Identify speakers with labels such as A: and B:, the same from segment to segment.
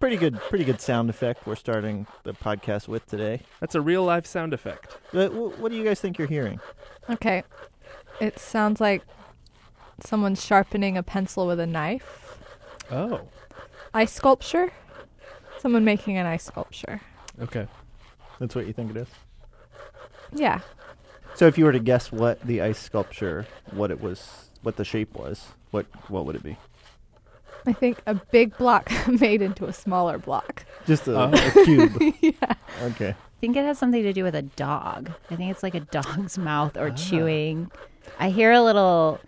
A: pretty good, pretty good sound effect we're starting the podcast with today.
B: That's a real life sound effect.
A: But wh- what do you guys think you're hearing?
C: Okay. It sounds like someone sharpening a pencil with a knife.
B: Oh,
C: Ice sculpture? Someone making an ice sculpture.
B: okay.
A: That's what you think it is.
C: Yeah.
A: So, if you were to guess what the ice sculpture, what it was, what the shape was, what what would it be?
C: I think a big block made into a smaller block.
A: Just a,
B: Uh.
D: Uh-huh.
A: a cube.
C: yeah.
A: Okay.
D: I think it has something to do with a dog. I think it's like a dog's mouth or
B: Ah.
D: chewing. I hear a little.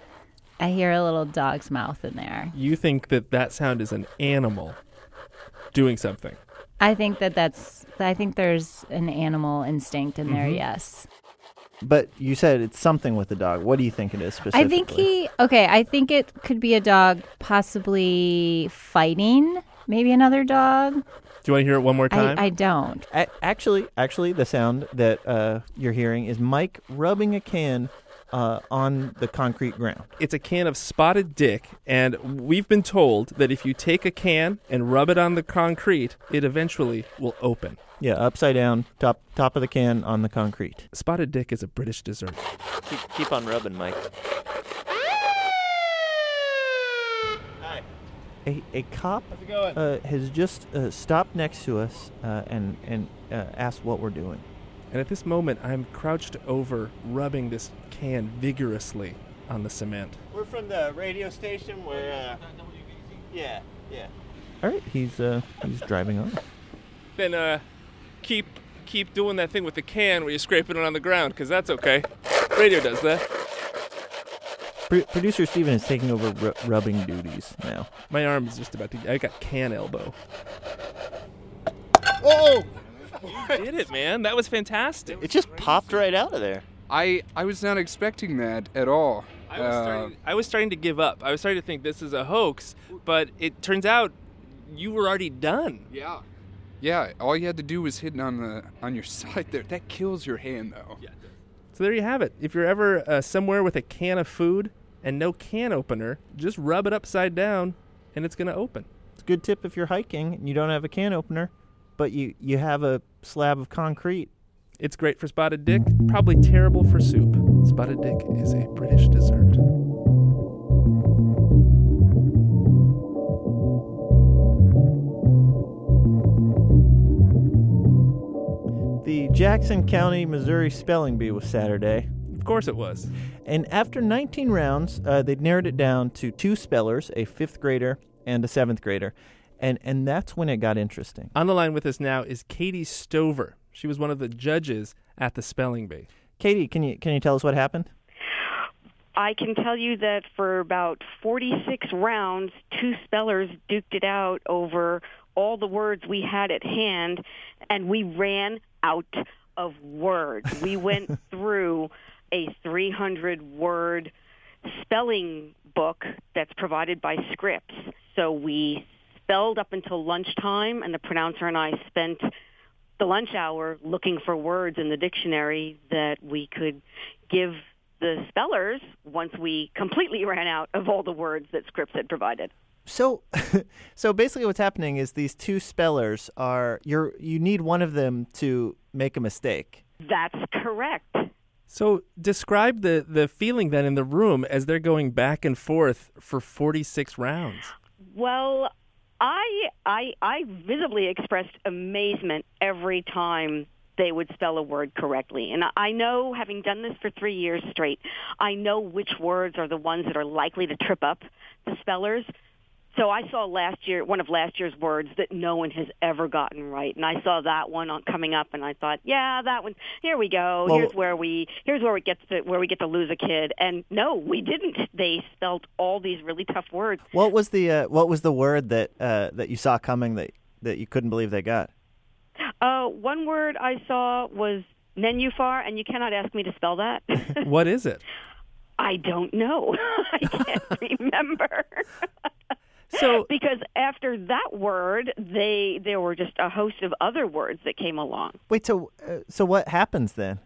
D: I hear a little dog's mouth in there.
B: You think that that sound is an animal doing something?
D: I think that that's. I think there's an animal instinct in there.
B: Mhm.
D: Yes.
A: But you said it's something with the dog. What do you think it is specifically?
D: I think he. Okay. I think it could be a dog possibly fighting. Maybe another dog.
B: Do you want to hear it one more time?
D: I, I don't.
A: A- actually, actually, the sound that uh, you're hearing is Mike rubbing a can uh, on the concrete ground.
B: it's a can of spotted dick, and we've been told that if you take a can and rub it on the concrete, it eventually will open.
A: Yeah, upside down, top top of the can on the concrete.
B: Spotted dick is a British dessert.
A: Keep, keep on rubbing, Mike. Hi. A, a cop
B: How's it going?
A: uh, has just uh, stopped next to us uh, and and uh, asked what we're doing.
B: And at this moment, I'm crouched over, rubbing this can vigorously on the cement.
A: We're from the radio station where. Uh, yeah, yeah. All right, he's uh, he's driving on.
E: then uh, keep keep doing that thing with the can where you're scraping it on the ground, 'cause that's okay. Radio does that.
A: Pro- Producer Steven is taking over ru- rubbing duties now.
B: My arm is just about to. I got can elbow.
F: Whoa!
E: You did it, man. That was fantastic.
G: It just popped right out of there.
F: I I was not expecting that at all.
E: I was,
F: Uh,
E: starting, I was starting to give up. I was starting to think this is a hoax, but it turns out you were already done.
F: yeah. Yeah, all you had to do was hitting on the on your side there. That kills your hand though. Yeah.
B: So there you have it. If you're ever uh, somewhere with a can of food and no can opener, just rub it upside down, and it's gonna open.
A: It's a good tip if you're hiking and you don't have a can opener, but you you have a slab of concrete.
B: It's great for spotted dick, probably terrible for soup. Spotted dick is a British dessert.
A: The Jackson County, Missouri spelling bee was Saturday,
B: Of course it was.
A: and after 19 rounds, uh, they narrowed it down to two spellers, a fifth grader and a seventh grader, and and that's when it got interesting.
B: On the line with us now is Katie Stover. She was one of the judges at the spelling bee.
A: Katie, can you can you tell us what happened?
H: I can tell you that for about 46 rounds, two spellers duked it out over all the words we had at hand, and we ran out of words. We went through a 300 word spelling book that's provided by Scripps. So we spelled up until lunchtime, and the pronouncer and I spent the lunch hour looking for words in the dictionary that we could give the spellers once we completely ran out of all the words that Scripps had provided.
A: So, so basically, what's happening is these two spellers are you're you need one of them to make a mistake.
H: That's correct.
B: So describe the, the feeling then in the room as they're going back and forth for 46 rounds.
H: Well, I I I visibly expressed amazement every time they would spell a word correctly. And I- I know having done this for 3 years straight, I know which words are the ones that are likely to trip up the spellers. So I saw last year one of last year's words that no one has ever gotten right, and I saw that one on, coming up, and I thought, yeah, that one. Here we go.
A: Well-
H: here's where we here's where we get to where we get to lose a kid. And no, we didn't. They spelled all these really tough words.
A: What was the uh, what was the word that uh, that you saw coming that that you couldn't believe they got?
H: Uh, one word I saw was nenufar, and you cannot ask me to spell that.
B: What is it?
H: I don't know. I can't remember.
B: So
H: because after that word, they there were just a host of other words that came along.
A: Wait, so uh, so what happens then?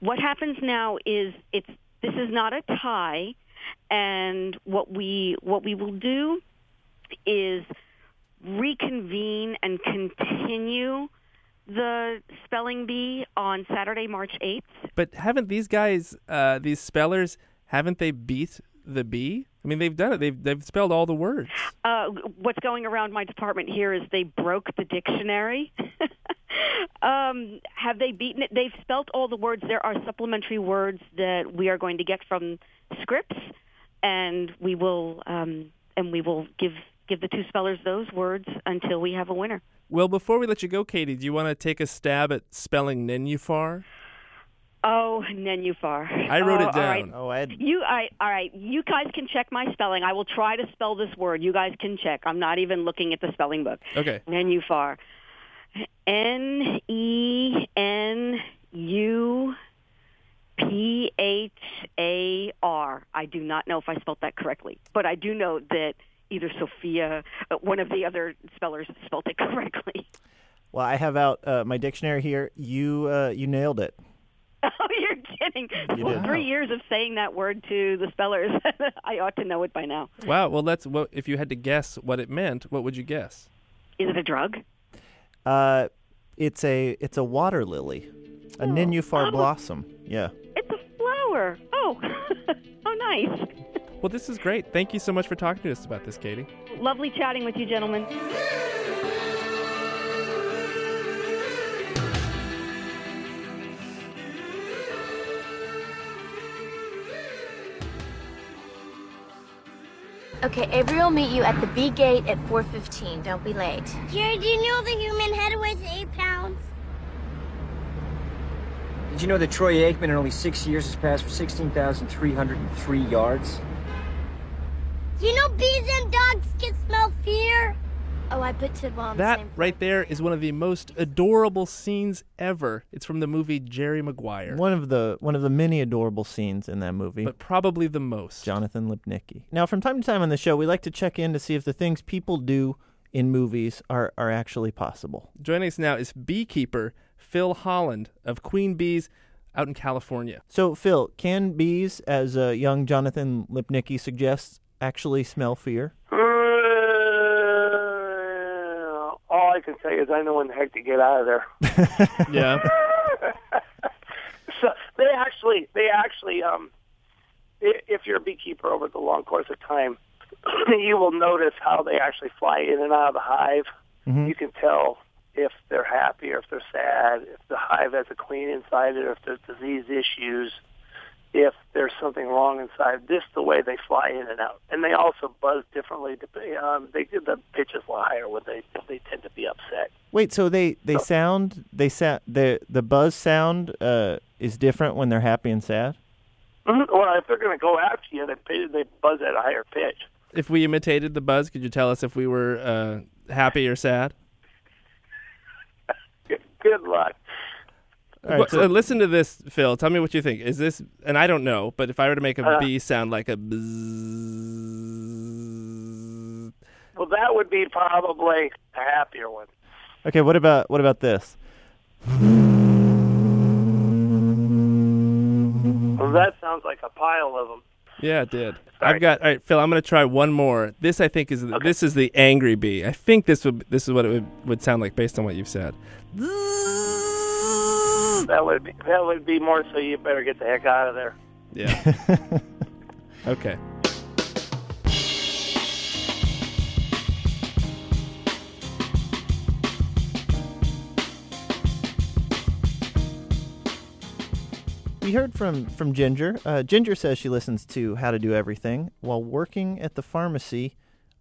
H: What happens now is it's this is not a tie, and what we what we will do is reconvene and continue the spelling bee on Saturday, March 8th.
B: But haven't these guys, uh, these spellers, haven't they beat the bee? I mean, they've done it. They've they've spelled all the words.
H: Uh, what's going around my department here is they broke the dictionary. um, have they beaten it? They've spelt all the words. There are supplementary words that we are going to get from scripts, and we will um, and we will give give the two spellers those words until we have a winner.
B: Well, before we let you go, Katie, do you want to take a stab at spelling Nenufar?
H: Oh, Nenufar.
B: I wrote
H: Oh,
B: it
H: all right.
B: down.
A: Oh, I had
H: You, I, all right. You guys can check my spelling. I will try to spell this word. You guys can check. I'm not even looking at the spelling book.
B: Okay.
H: Nenufar. N E N U P H A R. I do not know if I spelled that correctly, but I do know that either Sophia, uh, one of the other spellers, spelled it correctly.
A: well, I have out uh, my dictionary here. You uh, you nailed it.
H: Oh, you're kidding.
A: You
H: well,
A: did.
H: three years of saying that word to the spellers. I ought to know it by now.
B: Wow. Well, that's well, if you had to guess what it meant, what would you guess?
H: Is it a drug?
A: Uh, it's a it's a water lily, a ninufar blossom. Yeah.
H: It's a flower. Oh, oh, nice.
B: Well, this is great. Thank you so much for talking to us about this, Katie.
H: Lovely chatting with you, gentlemen.
I: Okay, Avery will meet you at the B gate at 4:15. Don't be late.
J: Jerry, do you know the human head weighs eight pounds?
K: Did you know that Troy Aikman in only six years has passed for 16,303 yards?
J: Do you know bees and dogs can smell fear?
I: Oh, I put Tidwell on the
B: That
I: same.
B: right there is one of the most adorable scenes ever. It's from the movie Jerry Maguire,
A: One of the one of the many adorable scenes in that movie.
B: but probably the most.
A: Jonathan Lipnicki. Now, from time to time on the show, we like to check in to see if the things people do in movies are, are actually possible.
B: Joining us now is beekeeper Phil Holland of Queen Bees out in California.
A: So, Phil, can bees, as uh, young Jonathan Lipnicki suggests, actually smell fear?
L: Uh, All I can say is I know when the heck to get out of there.
B: Yeah.
L: so they actually, they actually, um, i- if you're a beekeeper over the long course of time, you will notice how they actually fly in and out of the hive. You can tell if they're happy or if they're sad, if the hive has a queen inside it, or if there's disease issues, if there's something wrong inside. This the way they fly in and out, and they also buzz differently. dep- Um, they the pitch is a little higher when they they tend to be upset.
A: Wait, so they, they sound they sa- the the buzz sound uh, is different when they're happy and sad.
L: Mhm. Well, if they're going to go after you, they pay, they buzz at a higher pitch.
B: If we imitated the buzz, could you tell us if we were uh, happy or sad?
L: Good, good luck.
A: right,
B: Well,
A: so-
B: uh, listen to this, Phil. Tell me what you think. Is this, and I don't know, but if I were to make a
L: Uh.
B: bee sound like a bzzz,
L: Well, that would be probably a happier one.
A: Okay, what about what about this?
L: Well, that sounds like a pile of them.
B: yeah, it did.
L: Sorry.
B: I've got all right, Phil. I'm going to try one more. This I think is the, this is the angry bee. I think this would this is what it would, would sound like based on what you've said.
L: That would be that would be more. So you better get the heck out of there.
B: Yeah. okay.
A: We heard from from Ginger. Uh, Ginger says she listens to How to Do Everything while working at the pharmacy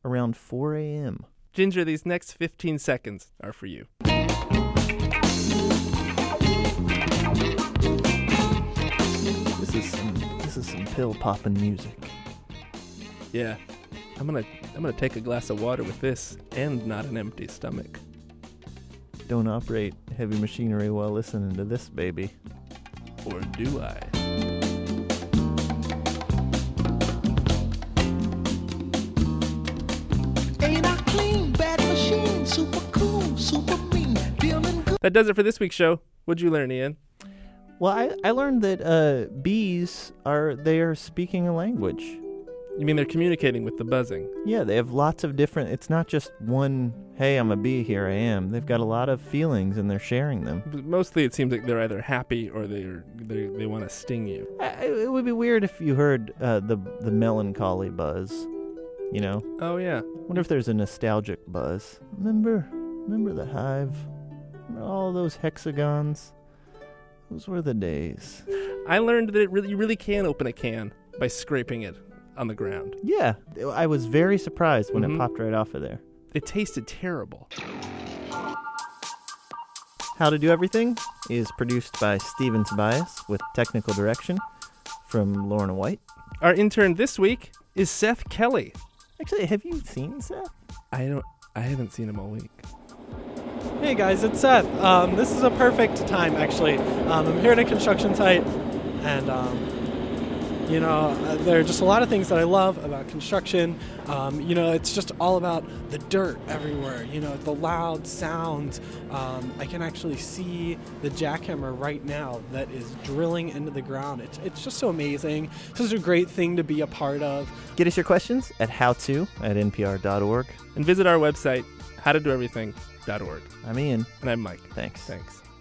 A: around 4 a.m.
B: Ginger, these next 15 seconds are for you.
A: This is some, this is some pill popping music.
B: Yeah. I'm going to I'm going to take a glass of water with this and not an empty stomach.
A: Don't operate heavy machinery while listening to this baby.
B: Or do I?
M: Ain't I clean? Bad machine, super cool, super mean, dealing good.
B: That does it for this week's show. What'd you learn, Ian?
A: Well, I, I learned that uh, bees are they are speaking a language.
B: You mean they're communicating with the buzzing?
A: Yeah, they have lots of different. It's not just one. Hey, I'm a bee. Here I am. They've got a lot of feelings, and they're sharing them.
B: But mostly, it seems like they're either happy or they're, they they want to sting you.
A: I- I- It would be weird if you heard uh, the the melancholy buzz. You know.
B: Oh yeah.
A: Wonder if there's a nostalgic buzz. Remember, remember the hive. Remember all those hexagons. Those were the days.
B: I learned that it really, you really can open a can by scraping it on the ground.
A: Yeah, I was very surprised when
B: Mhm.
A: it popped right off of there.
B: It tasted terrible.
A: How to Do Everything is produced by Steven Tobias with technical direction from Lorna White.
B: Our intern this week is Seth Kelly.
A: Actually, have you seen Seth?
B: I don't. I haven't seen him all week.
N: Hey guys, it's Seth. Um, this is a perfect time, actually. Um, I'm here at a construction site, and um, you know, uh, there are just a lot of things that I love about construction. Um, you know, it's just all about the dirt everywhere. You know, the loud sounds. Um, I can actually see the jackhammer right now that is drilling into the ground. It's, it's just so amazing. This is a great thing to be a part of.
A: Get us your questions at howto at npr.org.
B: And visit our website, howtodoeverything.org.
A: I'm Ian.
B: And I'm Mike.
A: Thanks.
B: Thanks.